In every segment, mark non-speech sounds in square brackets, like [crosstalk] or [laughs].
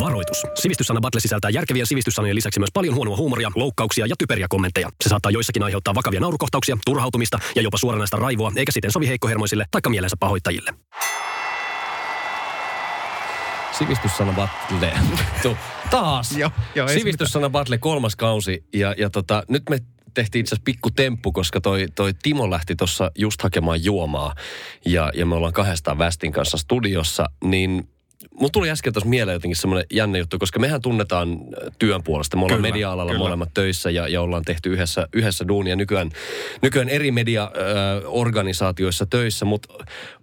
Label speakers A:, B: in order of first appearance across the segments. A: Varoitus. Sivistyssana Battle sisältää järkeviä sivistyssanojen lisäksi myös paljon huonoa huumoria, loukkauksia ja typeriä kommentteja. Se saattaa joissakin aiheuttaa vakavia naurukohtauksia, turhautumista ja jopa suoranaista raivoa, eikä siten sovi heikkohermoisille tai mielensä pahoittajille.
B: Sivistyssana Battle. [laughs] Tu- Taas.
C: Joo, joo, ei se
B: Sivistyssana Battle kolmas kausi. Ja, ja tota, nyt me tehtiin itse asiassa pikku temppu, koska toi, toi Timo lähti tuossa just hakemaan juomaa. Ja, ja me ollaan kahdestaan Västin kanssa studiossa, niin Mun tuli äsken tuossa mieleen jotenkin semmoinen jännä juttu, koska mehän tunnetaan äh, työn puolesta. Me ollaan
A: Kyllä,
B: media-alalla
A: kyllä.
B: molemmat töissä ja, ja ollaan tehty yhdessä, yhdessä duunia nykyään, nykyään eri mediaorganisaatioissa töissä, mutta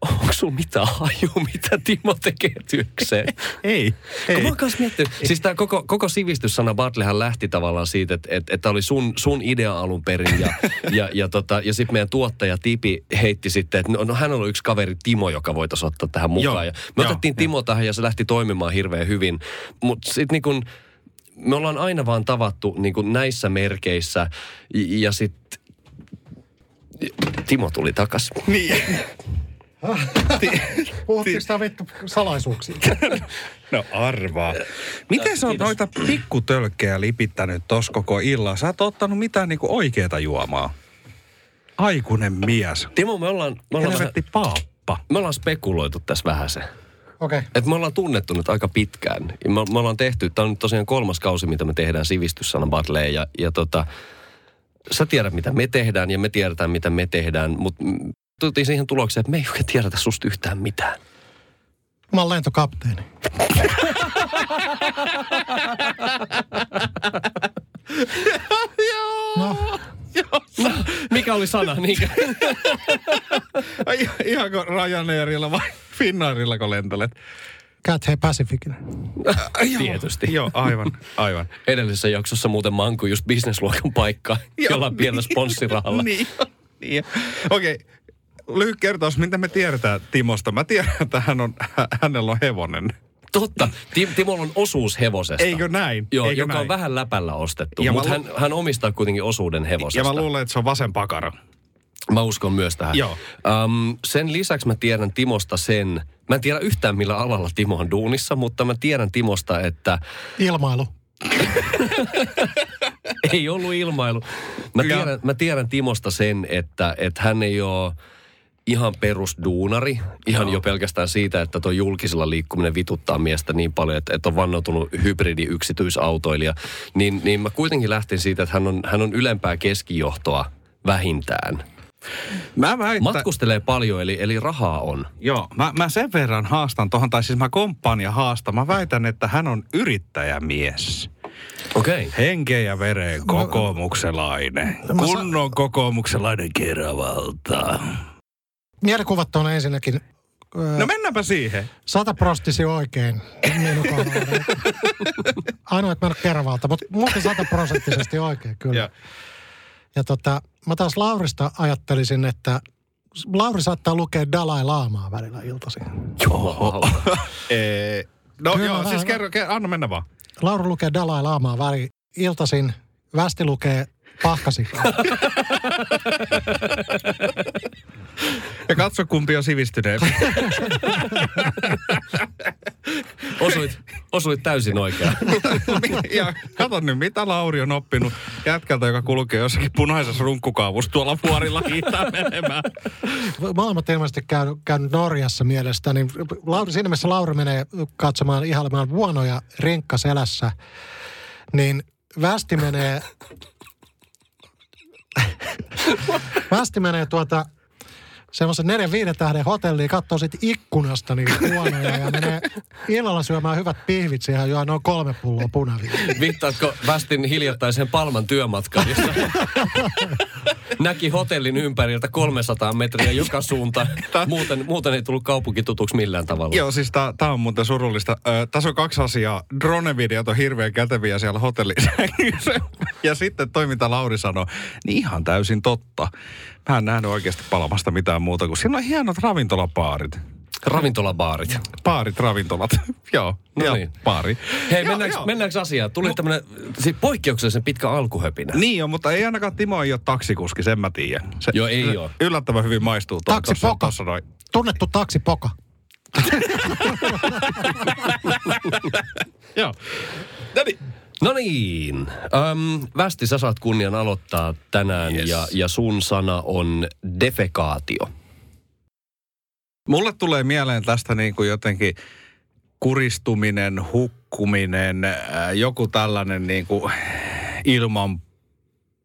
B: onko sulla mitään hajua, [laughs] mitä Timo tekee
A: [laughs]
B: työkseen?
C: Ei.
B: Kun mä oon kanssa miettinyt, siis tämä koko, koko sivistyssana Bartlehan lähti tavallaan siitä, että et, et tää oli sun, sun idea alun perin
A: [laughs]
B: ja, ja, ja, tota, ja sitten meidän tuottaja Tipi heitti sitten, että no, no hän on ollut yksi kaveri Timo, joka voitaisiin ottaa tähän mukaan.
A: Joo,
B: ja me
A: joo,
B: otettiin Timo tähän ja se lähti toimimaan hirveän hyvin, mutta sitten niin kun, me ollaan aina vaan tavattu niin kun näissä merkeissä ja, ja sitten Timo tuli takas.
D: Puhuttiin sitä vittu salaisuuksia.
E: No arvaa. Miten sä oot noita pikkutölkkejä lipittänyt tos koko illan? Sä et ottanut mitään niinku oikeeta juomaa. Aikuinen mies.
B: Timo, me ollaan, me ollaan, vähän,
E: Helvetti paappa.
B: me ollaan spekuloitu tässä vähän se.
D: Okei. Okay.
B: Et me ollaan tunnettu nyt aika pitkään. Ja Me, me ollaan tehty, tämä on nyt tosiaan kolmas kausi, mitä me tehdään sivistyssana Bartleen. Ja, ja tota, sä tiedät, mitä me tehdään ja me tiedetään, mitä me tehdään. Mutta tultiin siihen tulokseen, että me ei oikein tiedetä susta yhtään mitään.
D: Mä oon
B: [laughs]
D: lentokapteeni. no,
B: Mikä oli sana? Niinkö?
E: Ai, ihanko Ryanairilla vai [laughs] Finnairilla, kun lentelet?
D: Cat Hei Pacificina.
B: Tietysti.
E: Joo, aivan,
B: [laughs]
E: aivan.
B: Edellisessä jaksossa muuten manku just bisnesluokan
E: [laughs]
B: paikka, jollain pienellä sponssirahalla.
E: niin, niin. Okei, lyhyt kertaus, mitä me tiedetään Timosta. Mä tiedän, että hän on, hä- hänellä on hevonen.
B: Totta, Tim, Timolla on osuus hevosesta.
E: Eikö näin?
B: Joo,
E: Eikö
B: joka
E: näin?
B: on vähän läpällä ostettu,
E: Ja mä
B: mutta
E: lu-
B: hän, hän omistaa kuitenkin osuuden hevosesta.
E: Ja mä luulen, että se on vasen pakara.
B: Mä uskon myös tähän.
E: Joo.
B: Öm, sen lisäksi mä tiedän Timosta sen, mä en tiedä yhtään millä alalla Timo on duunissa, mutta mä tiedän Timosta, että
D: Ilmailu.
B: [laughs] ei ollut ilmailu. Mä
E: Joo.
B: tiedän, mä tiedän Timosta sen, että, että hän ei ole ihan perusduunari, ihan jo pelkästään siitä, että tuo julkisella liikkuminen vituttaa miestä niin paljon, että, että on vannoutunut hybridi-yksityisautoilija, niin, niin mä kuitenkin lähtin siitä, että hän on, hän on ylempää keskijohtoa vähintään.
E: Mä väitän...
B: Matkustelee paljon, eli, eli rahaa on.
E: Joo, mä, mä sen verran haastan tuohon, tai siis mä komppaan ja haastan. Mä väitän, että hän on yrittäjämies.
B: Okei.
E: Henkeä ja vereen kokoomukselainen. Kunnon kokoomukselainen keravalta.
D: Mielikuvat on ensinnäkin ö,
E: No mennäänpä siihen.
D: sata prostisi oikein minun kohdallani. Ainoa, että mä en ole kervalta, mutta muuten sataprosenttisesti oikein kyllä.
E: Ja.
D: Ja tota, mä taas Laurista ajattelisin, että Lauri saattaa lukea Dalai Laamaa välillä iltaisin.
B: Joo.
E: Ee, no
D: Kyllä,
E: joo,
D: vähän-
E: siis kerro, kerro, anna mennä vaan.
D: Lauri lukee Dalai Laamaa väli iltaisin. Västi lukee pahkasikaa.
E: Ja katso, kumpi on
D: [laughs]
E: sivistyneempi.
B: Osuit, osuit täysin oikein.
E: ja kato nyt, mitä Lauri on oppinut jätkältä, joka kulkee jossakin punaisessa runkkukaavussa tuolla vuorilla hiihtää menemään.
D: Molemmat ilmeisesti käynyt, käynyt Norjassa mielestäni. Niin Lauri, siinä mielessä Lauri menee katsomaan ihailemaan vuonoja rinkka selässä. Niin Västi menee... [laughs] västi menee tuota semmoisen neljän viiden tähden hotelliin, katsoo sit ikkunasta niitä huonoja ja menee illalla syömään hyvät pihvit siihen, joa noin kolme pulloa punaviiniä.
B: Viittaatko Västin hiljattaisen Palman työmatkaan, jossa näki hotellin ympäriltä 300 metriä joka suunta. Muuten, muuten ei tullut kaupunki tutuksi millään tavalla.
E: Joo, siis tää, tää on muuten surullista. Ö, tässä on kaksi asiaa. Drone-videot on hirveän käteviä siellä [laughs] hotellissa. ja sitten toiminta Lauri sanoi, niin ihan täysin totta. Mä en nähnyt oikeasti palamasta mitään muuta kuin siinä on hienot ravintolapaarit.
B: Ravintolabaarit.
E: Paarit, ravintolat. [laughs] joo,
B: No
E: no
B: niin.
E: niin. paari.
B: Hei,
E: Joo,
B: mennäänkö,
E: joo.
B: mennäänkö asiaan? Tuli no. tämmönen siis poikkeuksellisen pitkä alkuhöpinä.
E: Niin on, mutta ei ainakaan Timo ei ole taksikuski, sen mä tiedän. Se
B: Joo, ei oo.
E: Yllättävän hyvin maistuu toi tossa-
D: Taksipoka.
E: tossa noin.
D: Tunnettu taksipoka.
B: Joo. No niin. No niin. Öm, Västi, sä saat kunnian aloittaa tänään yes. ja, ja sun sana on defekaatio.
E: Mulle tulee mieleen tästä niin kuin jotenkin kuristuminen, hukkuminen, ää, joku tällainen niin kuin ilman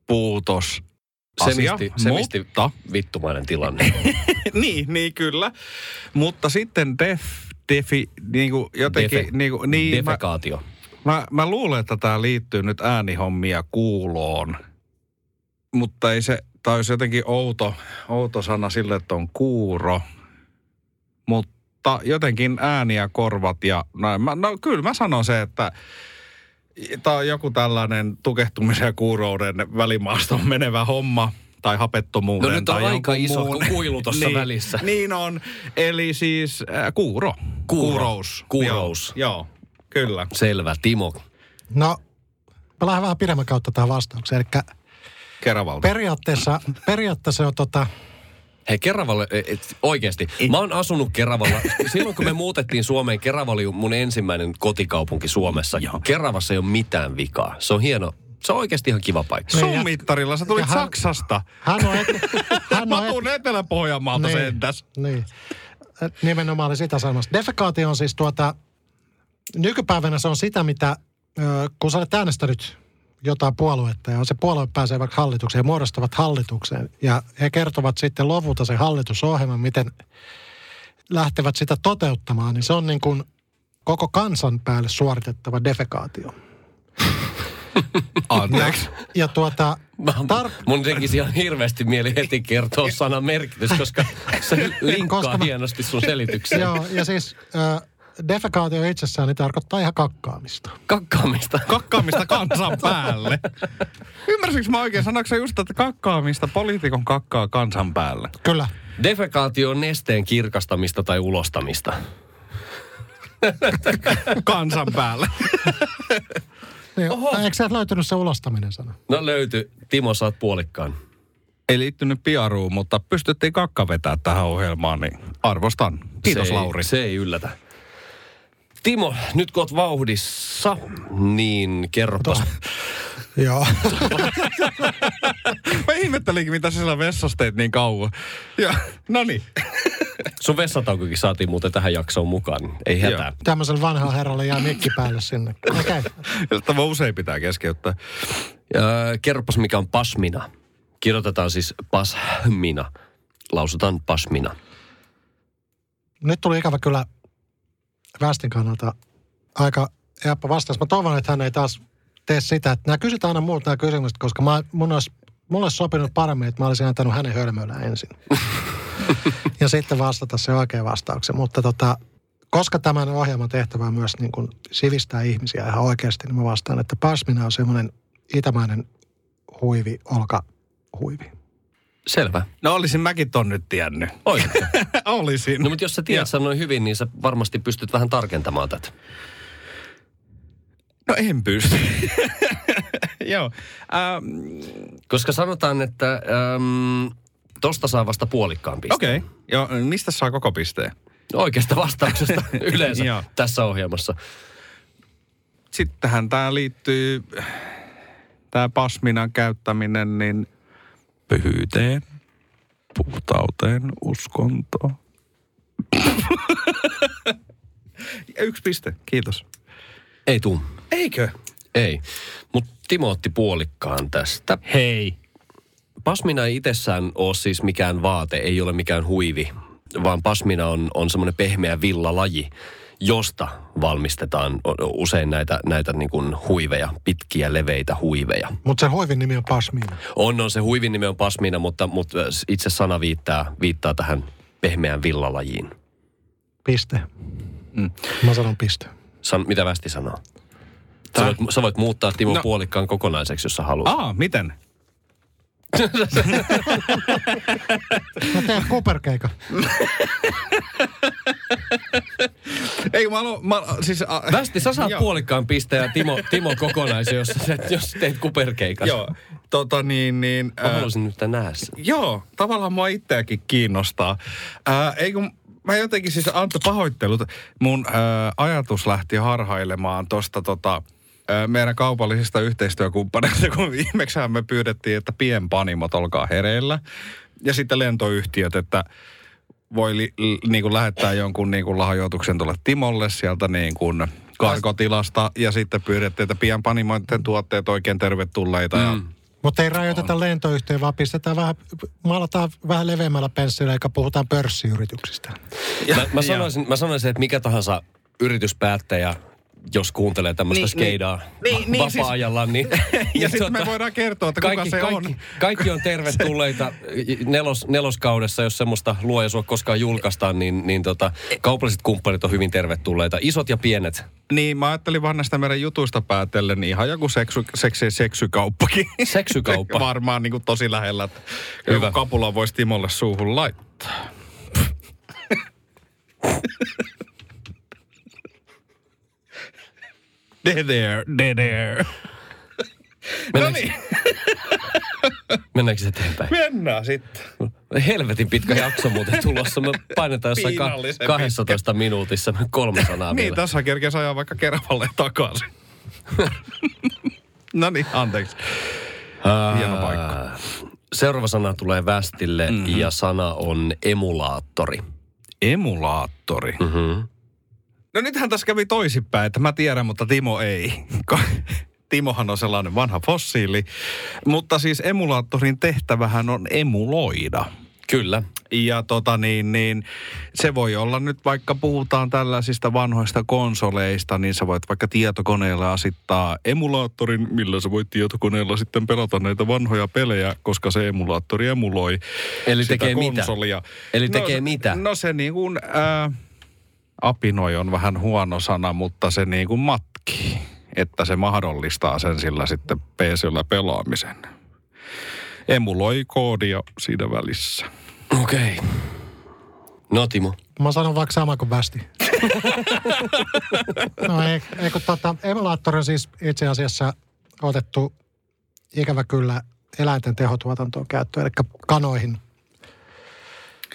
E: puutos. Asia,
B: Semisti, semisti mutta... vittumainen tilanne.
E: [laughs] niin, niin kyllä. Mutta sitten def, defi, niin kuin jotenkin,
B: Defe-
E: niin kuin, niin mä,
B: Defekaatio. Mä...
E: mä, mä luulen, että tämä liittyy nyt äänihommia kuuloon, mutta ei se, tai olisi jotenkin outo, outo sana sille, että on kuuro, mutta jotenkin ääni ja korvat ja näin. Mä, no kyllä mä sanon se, että tämä on joku tällainen tukehtumisen ja kuurouden välimaastoon menevä homma tai
B: No
E: hapettomuuden.
B: nyt on
E: tai
B: aika
E: jonkun
B: iso
E: muun.
B: kuilu tuossa
E: [laughs] niin,
B: välissä.
E: Niin on. Eli siis äh, kuuro.
B: Kuuro.
E: Kuurous.
B: Kuurous.
E: Joo, joo kyllä.
B: Selvä, Timo.
D: No, mä lähden vähän pidemmän kautta tähän vastaukseen. Eli
E: Keravalta.
D: periaatteessa, periaatteessa on tota,
B: Hei Keravalle, e- et, oikeasti. Mä oon asunut Keravalla. Silloin kun me muutettiin Suomeen, Kerava oli mun ensimmäinen kotikaupunki Suomessa. Keravassa ei ole mitään vikaa. Se on hieno. Se on oikeasti ihan kiva
D: [laughs]
B: paikka.
D: Niin.
E: Sun mittarilla, sä tulit
D: Ja hän-
E: Saksasta.
D: hän on... Et, hän
E: Mä
D: on
E: tuun Etelä-Pohjanmaalta sentäs.
D: Niin. Et Nimenomaan oli sitä sanomassa. Defekaatio on siis tuota, nykypäivänä se on sitä, mitä ö, kun sä olet äänestänyt jotain puoluetta ja se puolue pääsee vaikka hallitukseen ja muodostavat hallituksen ja he kertovat sitten lopulta sen hallitusohjelman, miten lähtevät sitä toteuttamaan, niin se on niin kuin koko kansan päälle suoritettava defekaatio.
E: Anteeksi.
D: Ja tuota,
B: Mä,
D: tar-
B: mun tekisi ihan hirveästi mieli heti kertoa sanan merkitys, koska
D: [laughs]
B: se linkkaa
D: Koska mä-
B: hienosti sun selitykseen.
D: joo, ja siis ö, defekaatio itsessään niin tarkoittaa ihan kakkaamista.
B: Kakkaamista.
E: kakkaamista kansan päälle. Ymmärsinkö mä oikein? Sanoiko se just, että kakkaamista poliitikon kakkaa kansan päälle?
D: Kyllä.
B: Defekaatio on nesteen kirkastamista tai ulostamista.
E: Kansan päälle.
D: Niin, eikö sä löytynyt se ulostaminen sana?
B: No löyty. Timo, saat puolikkaan.
E: Ei liittynyt piaruun, mutta pystyttiin kakka vetää tähän ohjelmaan, niin arvostan. Kiitos
B: se
E: Lauri.
B: Ei, se ei yllätä. Timo, nyt kun oot vauhdissa, niin kerropas.
D: Joo.
E: Mä ihmettelinkin, mitä sä siellä vessassa teit niin kauan. Ja, no niin.
B: Sun vessataukokin saatiin muuten tähän jaksoon mukaan. niin Ei hätää.
D: Tämmöiselle vanhalle herralle jää mikki päälle sinne. Okei. Okay.
E: Tämä usein pitää keskeyttää.
B: Öö, kerropas, mikä on pasmina. Kirjoitetaan siis pasmina. Lausutaan pasmina.
D: Nyt tuli ikävä kyllä Västin kannalta aika helppo vastaus. Mä toivon, että hän ei taas tee sitä, että nämä kysytään aina muut nämä kysymykset, koska mä, mun olisi, mulle olisi sopinut paremmin, että mä olisin antanut hänen hölmöillään ensin. ja sitten vastata se oikea vastauksen. Mutta tota, koska tämän ohjelman tehtävä on myös niin kuin sivistää ihmisiä ihan oikeasti, niin mä vastaan, että pasmina on semmoinen itämainen huivi, olka huivi.
B: Selvä.
E: No olisin mäkin ton nyt tiennyt.
B: Oikein.
E: [laughs] olisin.
B: No mutta jos sä
E: [laughs]
B: tiedät sen noin hyvin, niin sä varmasti pystyt vähän tarkentamaan tätä.
E: No en pysty. [laughs] Joo. Ähm,
B: Koska sanotaan, että äm, tosta saa vasta puolikkaan pisteen.
E: Okei. Okay. Joo, mistä saa koko pisteen?
B: Oikeasta vastauksesta yleensä
E: [laughs] Joo.
B: tässä ohjelmassa.
E: Sittenhän tämä liittyy, tämä pasminan käyttäminen, niin pyhyyteen, puhtauteen, uskontoon. [laughs] Yksi piste, kiitos.
B: Ei tuu.
E: Eikö?
B: Ei. Mutta Timo otti puolikkaan tästä.
E: Hei.
B: Pasmina ei itsessään ole siis mikään vaate, ei ole mikään huivi, vaan pasmina on, on semmoinen pehmeä villalaji, josta valmistetaan o- usein näitä, näitä niin kuin huiveja, pitkiä leveitä huiveja.
D: Mutta sen huivin nimi on pasmina.
B: On, on se huivin nimi on pasmina, mutta, mutta itse sana viittaa, viittaa tähän pehmeään villalajiin.
D: Piste. Mm. Mä sanon piste.
B: San, mitä Västi sanoo? Sä voit, sä voit muuttaa Timo no. Ah,
E: No.
B: puolikkaan kokonaiseksi, jos sä haluat.
E: Aa, miten?
D: No tee kuperkeika.
E: Ei, mä haluan, mä, siis, a,
B: Västi, sä saat
E: Joo.
B: puolikkaan pisteen ja Timo, Timo kokonaisen, jos, sä- jos teet kuperkeikas.
E: Joo, tota niin, niin...
B: Mä
E: ää,
B: haluaisin nyt tän nähdä sen.
E: Joo, tavallaan mua itseäkin kiinnostaa. Ää, ei kun mä jotenkin siis, Antto, pahoittelut. Mun ää, ajatus lähti harhailemaan tosta tota, ää, meidän kaupallisista yhteistyökumppaneista, [laughs] kun viimeksihän me pyydettiin, että pienpanimot olkaa hereillä. Ja sitten lentoyhtiöt, että voi li, li, niin kuin lähettää jonkun niin kuin lahjoituksen tuolle Timolle sieltä niin kuin karkotilasta ja sitten pyydettiin, että pienpanimoiden tuotteet oikein tervetulleita mm. ja
D: Mutta ei rajoiteta lentoyhteen, vaan pistetään vähän, maalataan vähän leveämmällä pensselillä, eikä puhutaan pörssiyrityksistä.
B: Mä, mä, sanoisin, mä sanoisin, että mikä tahansa yrityspäättäjä, jos kuuntelee tämmöistä niin,
E: Niin,
B: skeidaa
E: niin,
B: niin,
E: niin, siis-
B: vapaa-ajallaan, niin...
E: [laughs]
B: [laughs]
E: Ja
B: niin
E: sitten me
B: tota-
E: voidaan kertoa, että kuka se
B: kaikki,
E: on.
B: Kaikki on
E: [laughs]
B: tervetulleita nelos, neloskaudessa, jos semmoista luo ja sua koskaan julkaistaan, niin, niin tota, kaupalliset kumppanit on hyvin tervetulleita. Isot ja pienet.
E: Niin, mä ajattelin vaan näistä meidän jutuista päätellen niin ihan joku seksu, seksi, seksykauppakin.
B: Seksykauppa.
E: [laughs] Varmaan niin kuin tosi lähellä, että
B: Hyvä.
E: joku kapula voisi Timolle suuhun laittaa.
B: [laughs]
E: There, there, there, there. No
B: Mennäänkö,
E: niin,
B: mennäänkö se eteenpäin?
E: mennään sitten.
B: Helvetin pitkä jakso muuten tulossa. Me painetaan jossain ka-
E: Piinallisen
B: 12 minuutissa kolme sanaa
E: Niin,
B: Ah, vielä.
E: tässä kerkesi ajaa vaikka keravalle takaisin.
B: [laughs]
E: no niin, anteeksi. Hieno paikka.
B: Seuraava sana tulee Västille mm-hmm. ja sana on emulaattori.
E: Emulaattori.
B: Mm-hmm.
E: No nythän tässä kävi toisinpäin, että mä tiedän, mutta Timo ei. Ko- Timohan on sellainen vanha fossiili. Mutta siis emulaattorin tehtävähän on emuloida.
B: Kyllä.
E: Ja tota niin, niin, se voi olla nyt vaikka puhutaan tällaisista vanhoista konsoleista, niin sä voit vaikka tietokoneella asittaa emulaattorin, millä sä voit tietokoneella sitten pelata näitä vanhoja pelejä, koska se emulaattori emuloi
B: Eli
E: sitä
B: tekee mitä?
E: konsolia.
B: Eli tekee mitä?
E: No se niin kuin, ää, apinoi on vähän huono sana, mutta se niin kuin matkii, että se mahdollistaa sen sillä sitten PCllä pelaamisen. Emuloi koodia siinä välissä.
B: Okei. Okay. No Timo.
D: Mä sanon vaikka sama kuin västi. no ei, ei kun tota, emulaattori on siis itse asiassa otettu ikävä kyllä eläinten tehotuotantoon käyttöön, eli kanoihin.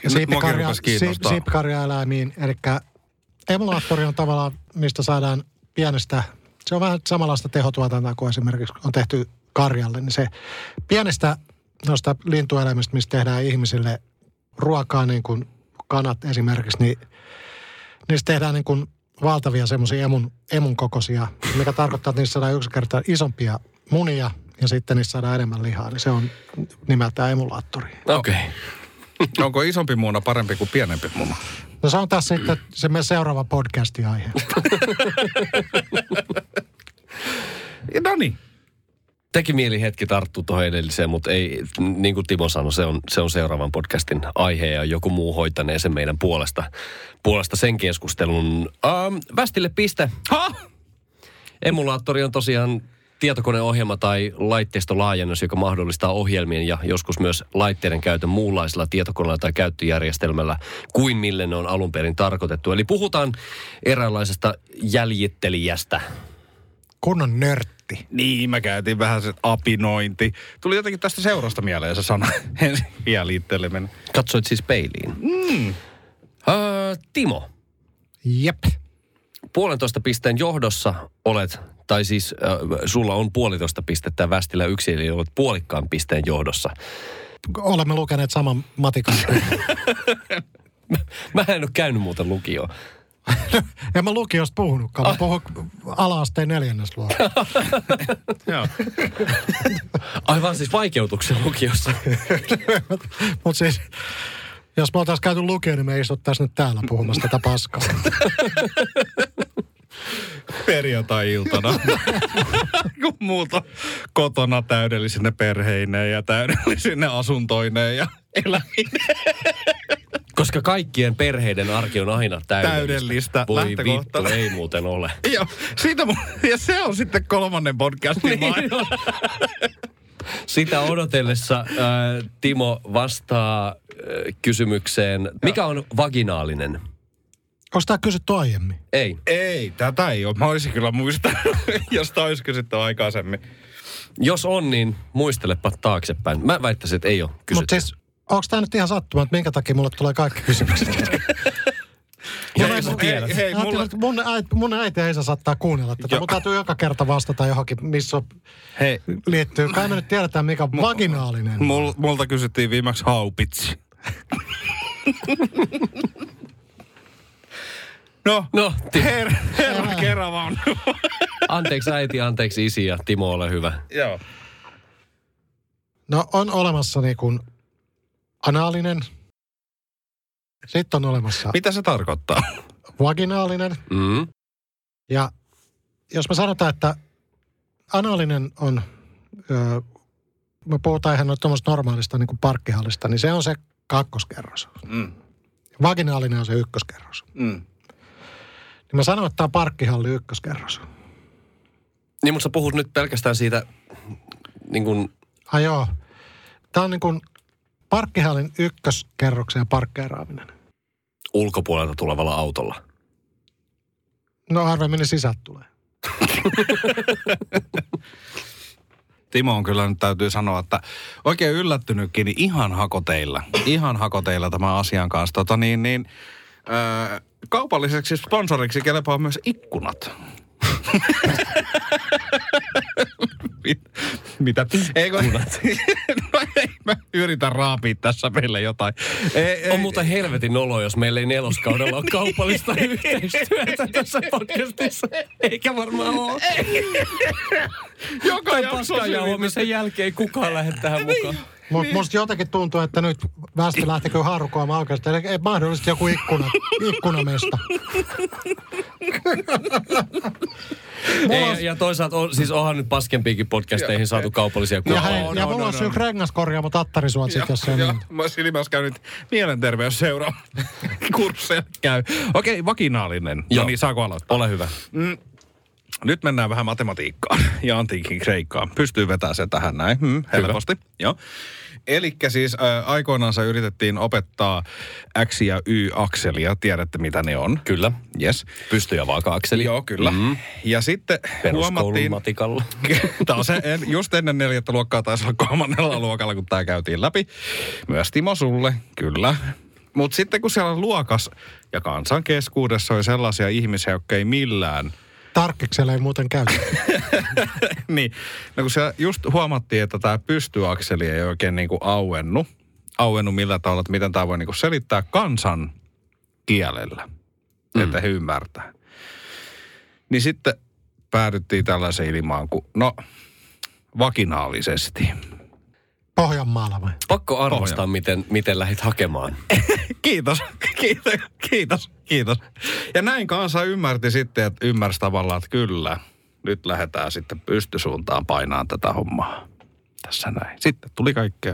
D: Ja siipikarja, si- siipikarjaeläimiin, eli niin, emulaattori on tavallaan, mistä saadaan pienestä, se on vähän samanlaista tehotuotantoa kuin esimerkiksi on tehty karjalle, niin se pienestä noista lintueläimistä, mistä tehdään ihmisille ruokaa, niin kuin kanat esimerkiksi, niin niistä tehdään niin kuin valtavia semmoisia emun, emun kokoisia, mikä tarkoittaa, että niissä saadaan yksi kertaa isompia munia ja sitten niissä saadaan enemmän lihaa, niin se on nimeltään emulaattori.
B: Okei. Okay.
E: Onko isompi muuna parempi kuin pienempi muuna?
D: No se on taas sitten se meidän seuraava podcastin aihe.
E: No niin.
B: Teki mieli hetki tarttua tuohon edelliseen, mutta ei, niin kuin Timo sanoi, se on, se on seuraavan podcastin aihe ja joku muu hoitanee sen meidän puolesta, puolesta sen keskustelun. Ähm, västille piste.
E: Ha!
B: Emulaattori on tosiaan tietokoneohjelma tai laitteistolaajennus, joka mahdollistaa ohjelmien ja joskus myös laitteiden käytön muunlaisella tietokoneella tai käyttöjärjestelmällä kuin mille ne on alun perin tarkoitettu. Eli puhutaan eräänlaisesta jäljittelijästä.
D: Kunnon nörtti.
E: Niin, mä käytin vähän se apinointi. Tuli jotenkin tästä seurasta mieleen se sana. [laughs] Ensin jäljitteleminen.
B: Katsoit siis peiliin. Mm. Öö, Timo,
D: Jep.
B: puolentoista pisteen johdossa olet, tai siis äh, sulla on puolitoista pistettä västillä yksi, eli olet puolikkaan pisteen johdossa.
D: Olemme lukeneet saman matikan.
B: Mä en ole käynyt muuten lukioon.
D: en mä lukiosta puhunutkaan. Mä puhun ala-asteen neljännesluokan.
E: Joo.
B: Aivan siis vaikeutuksen lukiossa.
E: [laughs]
D: Mutta siis, jos me oltaisiin käyty lukioon, niin me istuttaisiin nyt täällä puhumassa tätä paskaa.
E: Perjantai-iltana. [laughs] Kun muuta kotona täydellisinä perheineen ja täydellisinä asuntoineen ja eläminen.
B: Koska kaikkien perheiden arki on aina täydellistä.
E: Täydellistä
B: Voi
E: lähtökohta.
B: vittu, ei muuten
E: [laughs]
B: ole.
E: Niin Joo, siitä mun, ja se on sitten kolmannen podcastin niin.
B: [laughs] Sitä odotellessa äh, Timo vastaa äh, kysymykseen, mikä on vaginaalinen?
D: Onko tämä kysytty aiemmin?
B: Ei.
E: Ei, tätä ei ole. Mä olisin kyllä muistanut, [laughs] jos tämä olisi kysytty aikaisemmin.
B: Jos on, niin muistelepa taaksepäin. Mä väittäisin, että ei ole
D: Mutta
B: kysytty.
D: siis, onko tämä nyt ihan sattuma, että minkä takia mulle tulee kaikki kysymykset?
E: Ja
D: Mulla ei-
E: hei, hei, hei,
D: Ajattelin,
E: mulla,
D: että mun, äiti, mun äiti ei saa saattaa kuunnella tätä,
E: Joo.
D: mutta täytyy joka kerta vastata johonkin, missä on-
E: hei,
D: liittyy. Kai me nyt tiedetään, mikä on vaginaalinen.
E: mul, multa kysyttiin viimeksi haupitsi. No,
B: No, ti-
E: her, herra kerran vaan.
B: anteeksi äiti, anteeksi isi ja Timo, ole hyvä.
E: Joo.
D: No on olemassa niin kuin anaalinen, sitten on olemassa
E: Mitä se tarkoittaa?
D: vaginaalinen
B: Mm.
D: ja jos me sanotaan, että anaalinen on, öö, me puhutaan ihan noin tuommoista normaalista niin kuin parkkihallista, niin se on se kakkoskerros.
E: Mm,
D: Vaginaalinen on se ykköskerros.
E: mm.
D: Niin mä sanon, että tämä on parkkihalli ykköskerros.
B: Niin, mutta sä puhut nyt pelkästään siitä, niin kuin,
D: Ai joo. Tämä on niin kuin parkkihallin ykköskerroksen ja parkkeeraaminen.
B: ulkopuolelta tulevalla autolla.
D: No harvemmin ne sisät tulee.
E: Timo on kyllä nyt täytyy sanoa, että oikein yllättynytkin, niin ihan hakoteilla. Ihan hakoteilla tämän asian kanssa. Tota niin, niin, öö, kaupalliseksi sponsoriksi kelpaa myös ikkunat. [laughs] Mit- Mitä? Eikö? [laughs] no ei, mä yritän raapia tässä meille jotain. Ei, ei,
B: On muuten helvetin nolo, jos meillä ei neloskaudella ole kaupallista yhteistyötä tässä podcastissa. Eikä varmaan ole.
E: joka
B: Tai
E: jakso
B: paskan jaomisen jälkeen ei kukaan lähde tähän mukaan.
D: Mutta niin. musta jotenkin tuntuu, että nyt väestö lähtekö harkoamaan oikeasti. Eli ei, mahdollisesti
E: [laughs]
D: joku ikkuna, ikkunamesta.
B: Ei, ja- ja toisaalta on, siis onhan nyt paskempiinkin podcasteihin saatu kaupallisia
D: Ja,
B: kuvia.
D: hei,
E: no,
D: ja
E: no,
D: mulla
E: no,
D: olisi
E: no.
D: yksi rengaskorjaamo tattarisuot sitten, jos se on
E: Joo,
D: niin.
E: Mä olisin ilmeisesti käynyt mielenterveysseura [laughs] kursseja käy. Okei, vaginaalinen.
B: Joo.
E: No niin, saako aloittaa? Mm.
B: Ole hyvä.
E: Nyt mennään vähän matematiikkaan [laughs] ja antiikin kreikkaan. Pystyy vetämään sen tähän näin, hmm, helposti. Joo. Eli siis äh, aikoinaan yritettiin opettaa X- ja Y-akselia. Tiedätte, mitä ne on.
B: Kyllä.
E: Yes.
B: Pystyjä vaaka-akseli.
E: Joo, kyllä. Mm. Ja sitten
B: Peruskoulun
E: huomattiin...
B: matikalla.
E: Tämä on se, en, just ennen neljättä luokkaa taisi olla kolmannella luokalla, kun tämä käytiin läpi. Myös Timo sulle, kyllä. Mutta sitten kun siellä luokas ja kansan keskuudessa oli sellaisia ihmisiä, jotka ei millään, [laughs]
D: Tarkkiksella ei muuten käy.
E: niin no kun siellä just huomattiin, että tämä pystyakseli ei oikein niinku auennu, auennu millä tavalla, että miten tämä voi niinku selittää kansan kielellä, mm. että he ymmärtää. Niin sitten päädyttiin tällaiseen ilmaan kuin, no, vakinaalisesti.
D: Pohjanmaalla vai?
B: Pakko arvostaa, miten, miten lähdit hakemaan.
E: Kiitos, [laughs] kiitos, kiitos, kiitos. Ja näin kansa ymmärti sitten, että ymmärsi tavallaan, että kyllä, nyt lähdetään sitten pystysuuntaan painaan tätä hommaa. Tässä näin. Sitten tuli kaikkea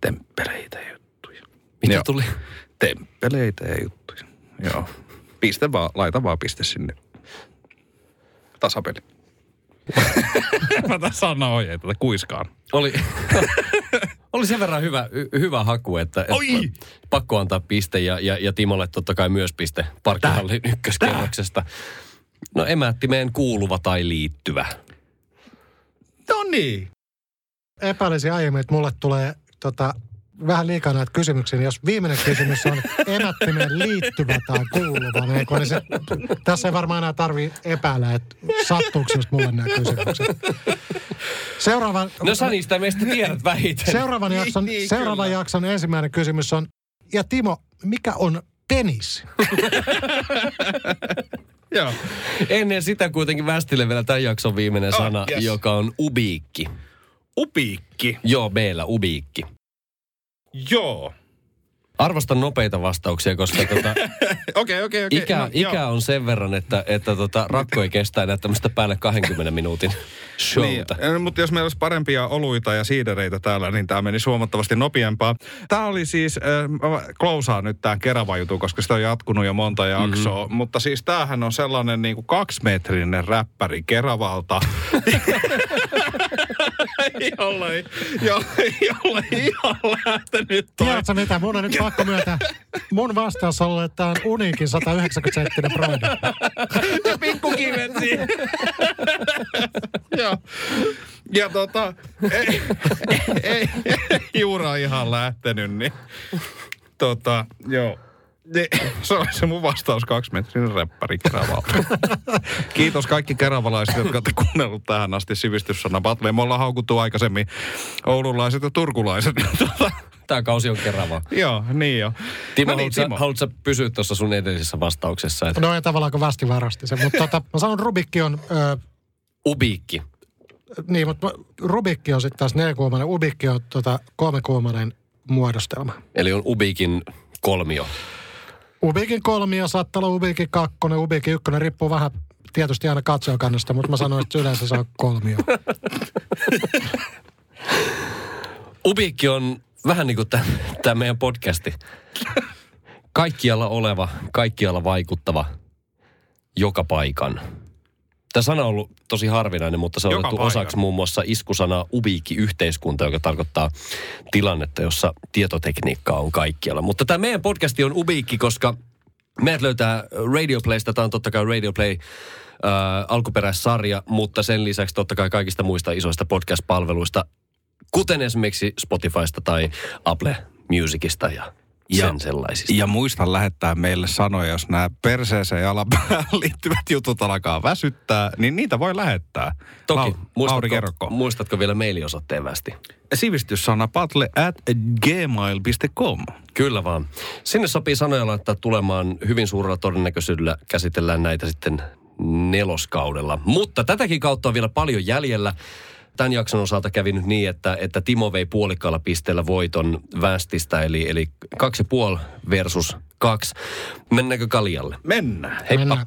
E: temppeleitä ja juttuja.
B: Mitä
E: Joo.
B: tuli?
E: Temppeleitä ja juttuja. Joo. Piste vaan, laita vaan piste sinne. Tasapeli. [laughs] Mä tässä sanon ohjeita, että kuiskaan.
B: Oli, [laughs] oli sen verran hyvä, hy- hyvä haku, että, että
E: Oi!
B: pakko antaa piste ja, ja, ja Timolle totta kai myös piste parkkihallin ykköskerroksesta. No emättimeen kuuluva tai liittyvä.
E: No niin.
D: Epäilisin aiemmin, että mulle tulee tota, vähän liikaa näitä kysymyksiä. niin Jos viimeinen
E: [laughs]
D: kysymys on emättimeen liittyvä tai kuuluva, niin, eikö, niin se, tässä ei varmaan enää tarvii epäillä, että sattuuko just mulle nämä kysymykset. Seuraavan,
B: No Sani, sitä meistä
E: [laughs]
B: tiedät vähiten.
D: seuraavan, jakson,
E: niin,
D: seuraavan
E: kyllä.
D: jakson ensimmäinen kysymys on, ja Timo, mikä on penis?
E: Joo.
B: Ennen sitä kuitenkin Västille vielä tämän jakson viimeinen
E: Oh,
B: sana,
E: yes.
B: joka on ubiikki.
E: Upiikki.
B: Joo, meillä ubiikki.
E: Joo.
B: Arvostan nopeita vastauksia, koska tota,
E: [laughs] Okei, okei, No, okei.
B: ikä, ikä on sen verran, että, että tota, rakko ei kestä enää tämmöistä päälle 20
E: [laughs]
B: minuutin showta.
E: Niin, mutta jos meillä olisi parempia oluita ja siidereitä täällä, niin tämä menisi huomattavasti nopeampaa. Tämä oli siis, äh, mä klousaan nyt tämän kerava jutun, koska sitä on jatkunut jo monta jaksoa. Mm-hmm. Mutta siis tämähän on sellainen niin kuin kaksimetrinen räppäri Keravalta, jolla ei, jo, jolla ei ihan lähtenyt toi.
D: Tiedätkö mitä, mun on nyt pakko myöntää. Mun vastaus on ollut, että tämä on uniikin 190 senttinen broidi.
E: ja pikkukivet siihen. Joo. Ja tota, ei, ei, ei juura ihan lähtenyt, niin tota, joo. Niin, Se on se mun vastaus kaksimetrinen räppäri Keravalta. Kiitos kaikki keravalaiset, jotka olette kuunnellut tähän asti sivistyssana Battle. Me ollaan haukuttu aikaisemmin oululaiset ja turkulaiset. [laughs] Tota,
B: Tämä kausi on kerran vaan.
E: joo, niin joo.
B: Timo,
E: no niin, Timo.
B: haluatko sä pysyä tuossa sun edellisessä vastauksessa? Että
D: No ei tavallaan kun västi varasti sen, mutta tota, mä sanon Rubikki on, ö,
B: Ubiikki.
D: niin, mutta Rubikki on sitten taas nelikuumainen, Ubikki on tota, kolmikuumainen muodostelma.
B: Eli on Ubiikin kolmio.
D: Ubikin kolmio, saattaa olla Ubikin kakkonen, Ubikin ykkönen, riippuu vähän tietysti aina katsojakannasta, mutta mä sanoin, että yleensä se on kolmio.
B: Ubiikki on vähän niin kuin tämä meidän podcasti. Kaikkialla oleva, kaikkialla vaikuttava, joka paikan. Tämä sana on ollut tosi harvinainen, mutta se on
E: Joka
B: otettu
E: paikan.
B: osaksi muun muassa iskusanaa ubiikki-yhteiskunta, joka tarkoittaa tilannetta, jossa tietotekniikkaa on kaikkialla. Mutta tämä meidän podcasti on ubiikki, koska meidät löytää Radio Playsta. Tämä on totta kai Radio Play äh, alkuperäissarja, mutta sen lisäksi totta kai kaikista muista isoista podcast-palveluista kuten esimerkiksi Spotifysta tai Apple Musicista ja, ja
E: Ja-
B: sen sellaisista. Ja.
E: Ja muista lähettää meille sanoja, jos nämä perseeseen ja alapäähän [laughs] liittyvät jutut alkaa väsyttää, niin niitä voi lähettää.
B: Toki,
E: Lauri
B: muistatko,
E: kerrokko.
B: muistatko vielä mailiosoitteen västi?
E: Sivistyssana patle at gmail.com.
B: Kyllä vaan. Sinne sopii sanoja laittaa tulemaan hyvin suurella todennäköisyydellä. Käsitellään näitä sitten neloskaudella. Mutta tätäkin kautta on vielä paljon jäljellä. Tämän jakson osalta kävi nyt niin, että, että Timo vei puolikkaalla pisteellä voiton västistä, eli, eli kaksi ja puoli versus kaksi. Mennäänkö kaljalle?
E: Mennään.
B: Heippa.
D: Mennään.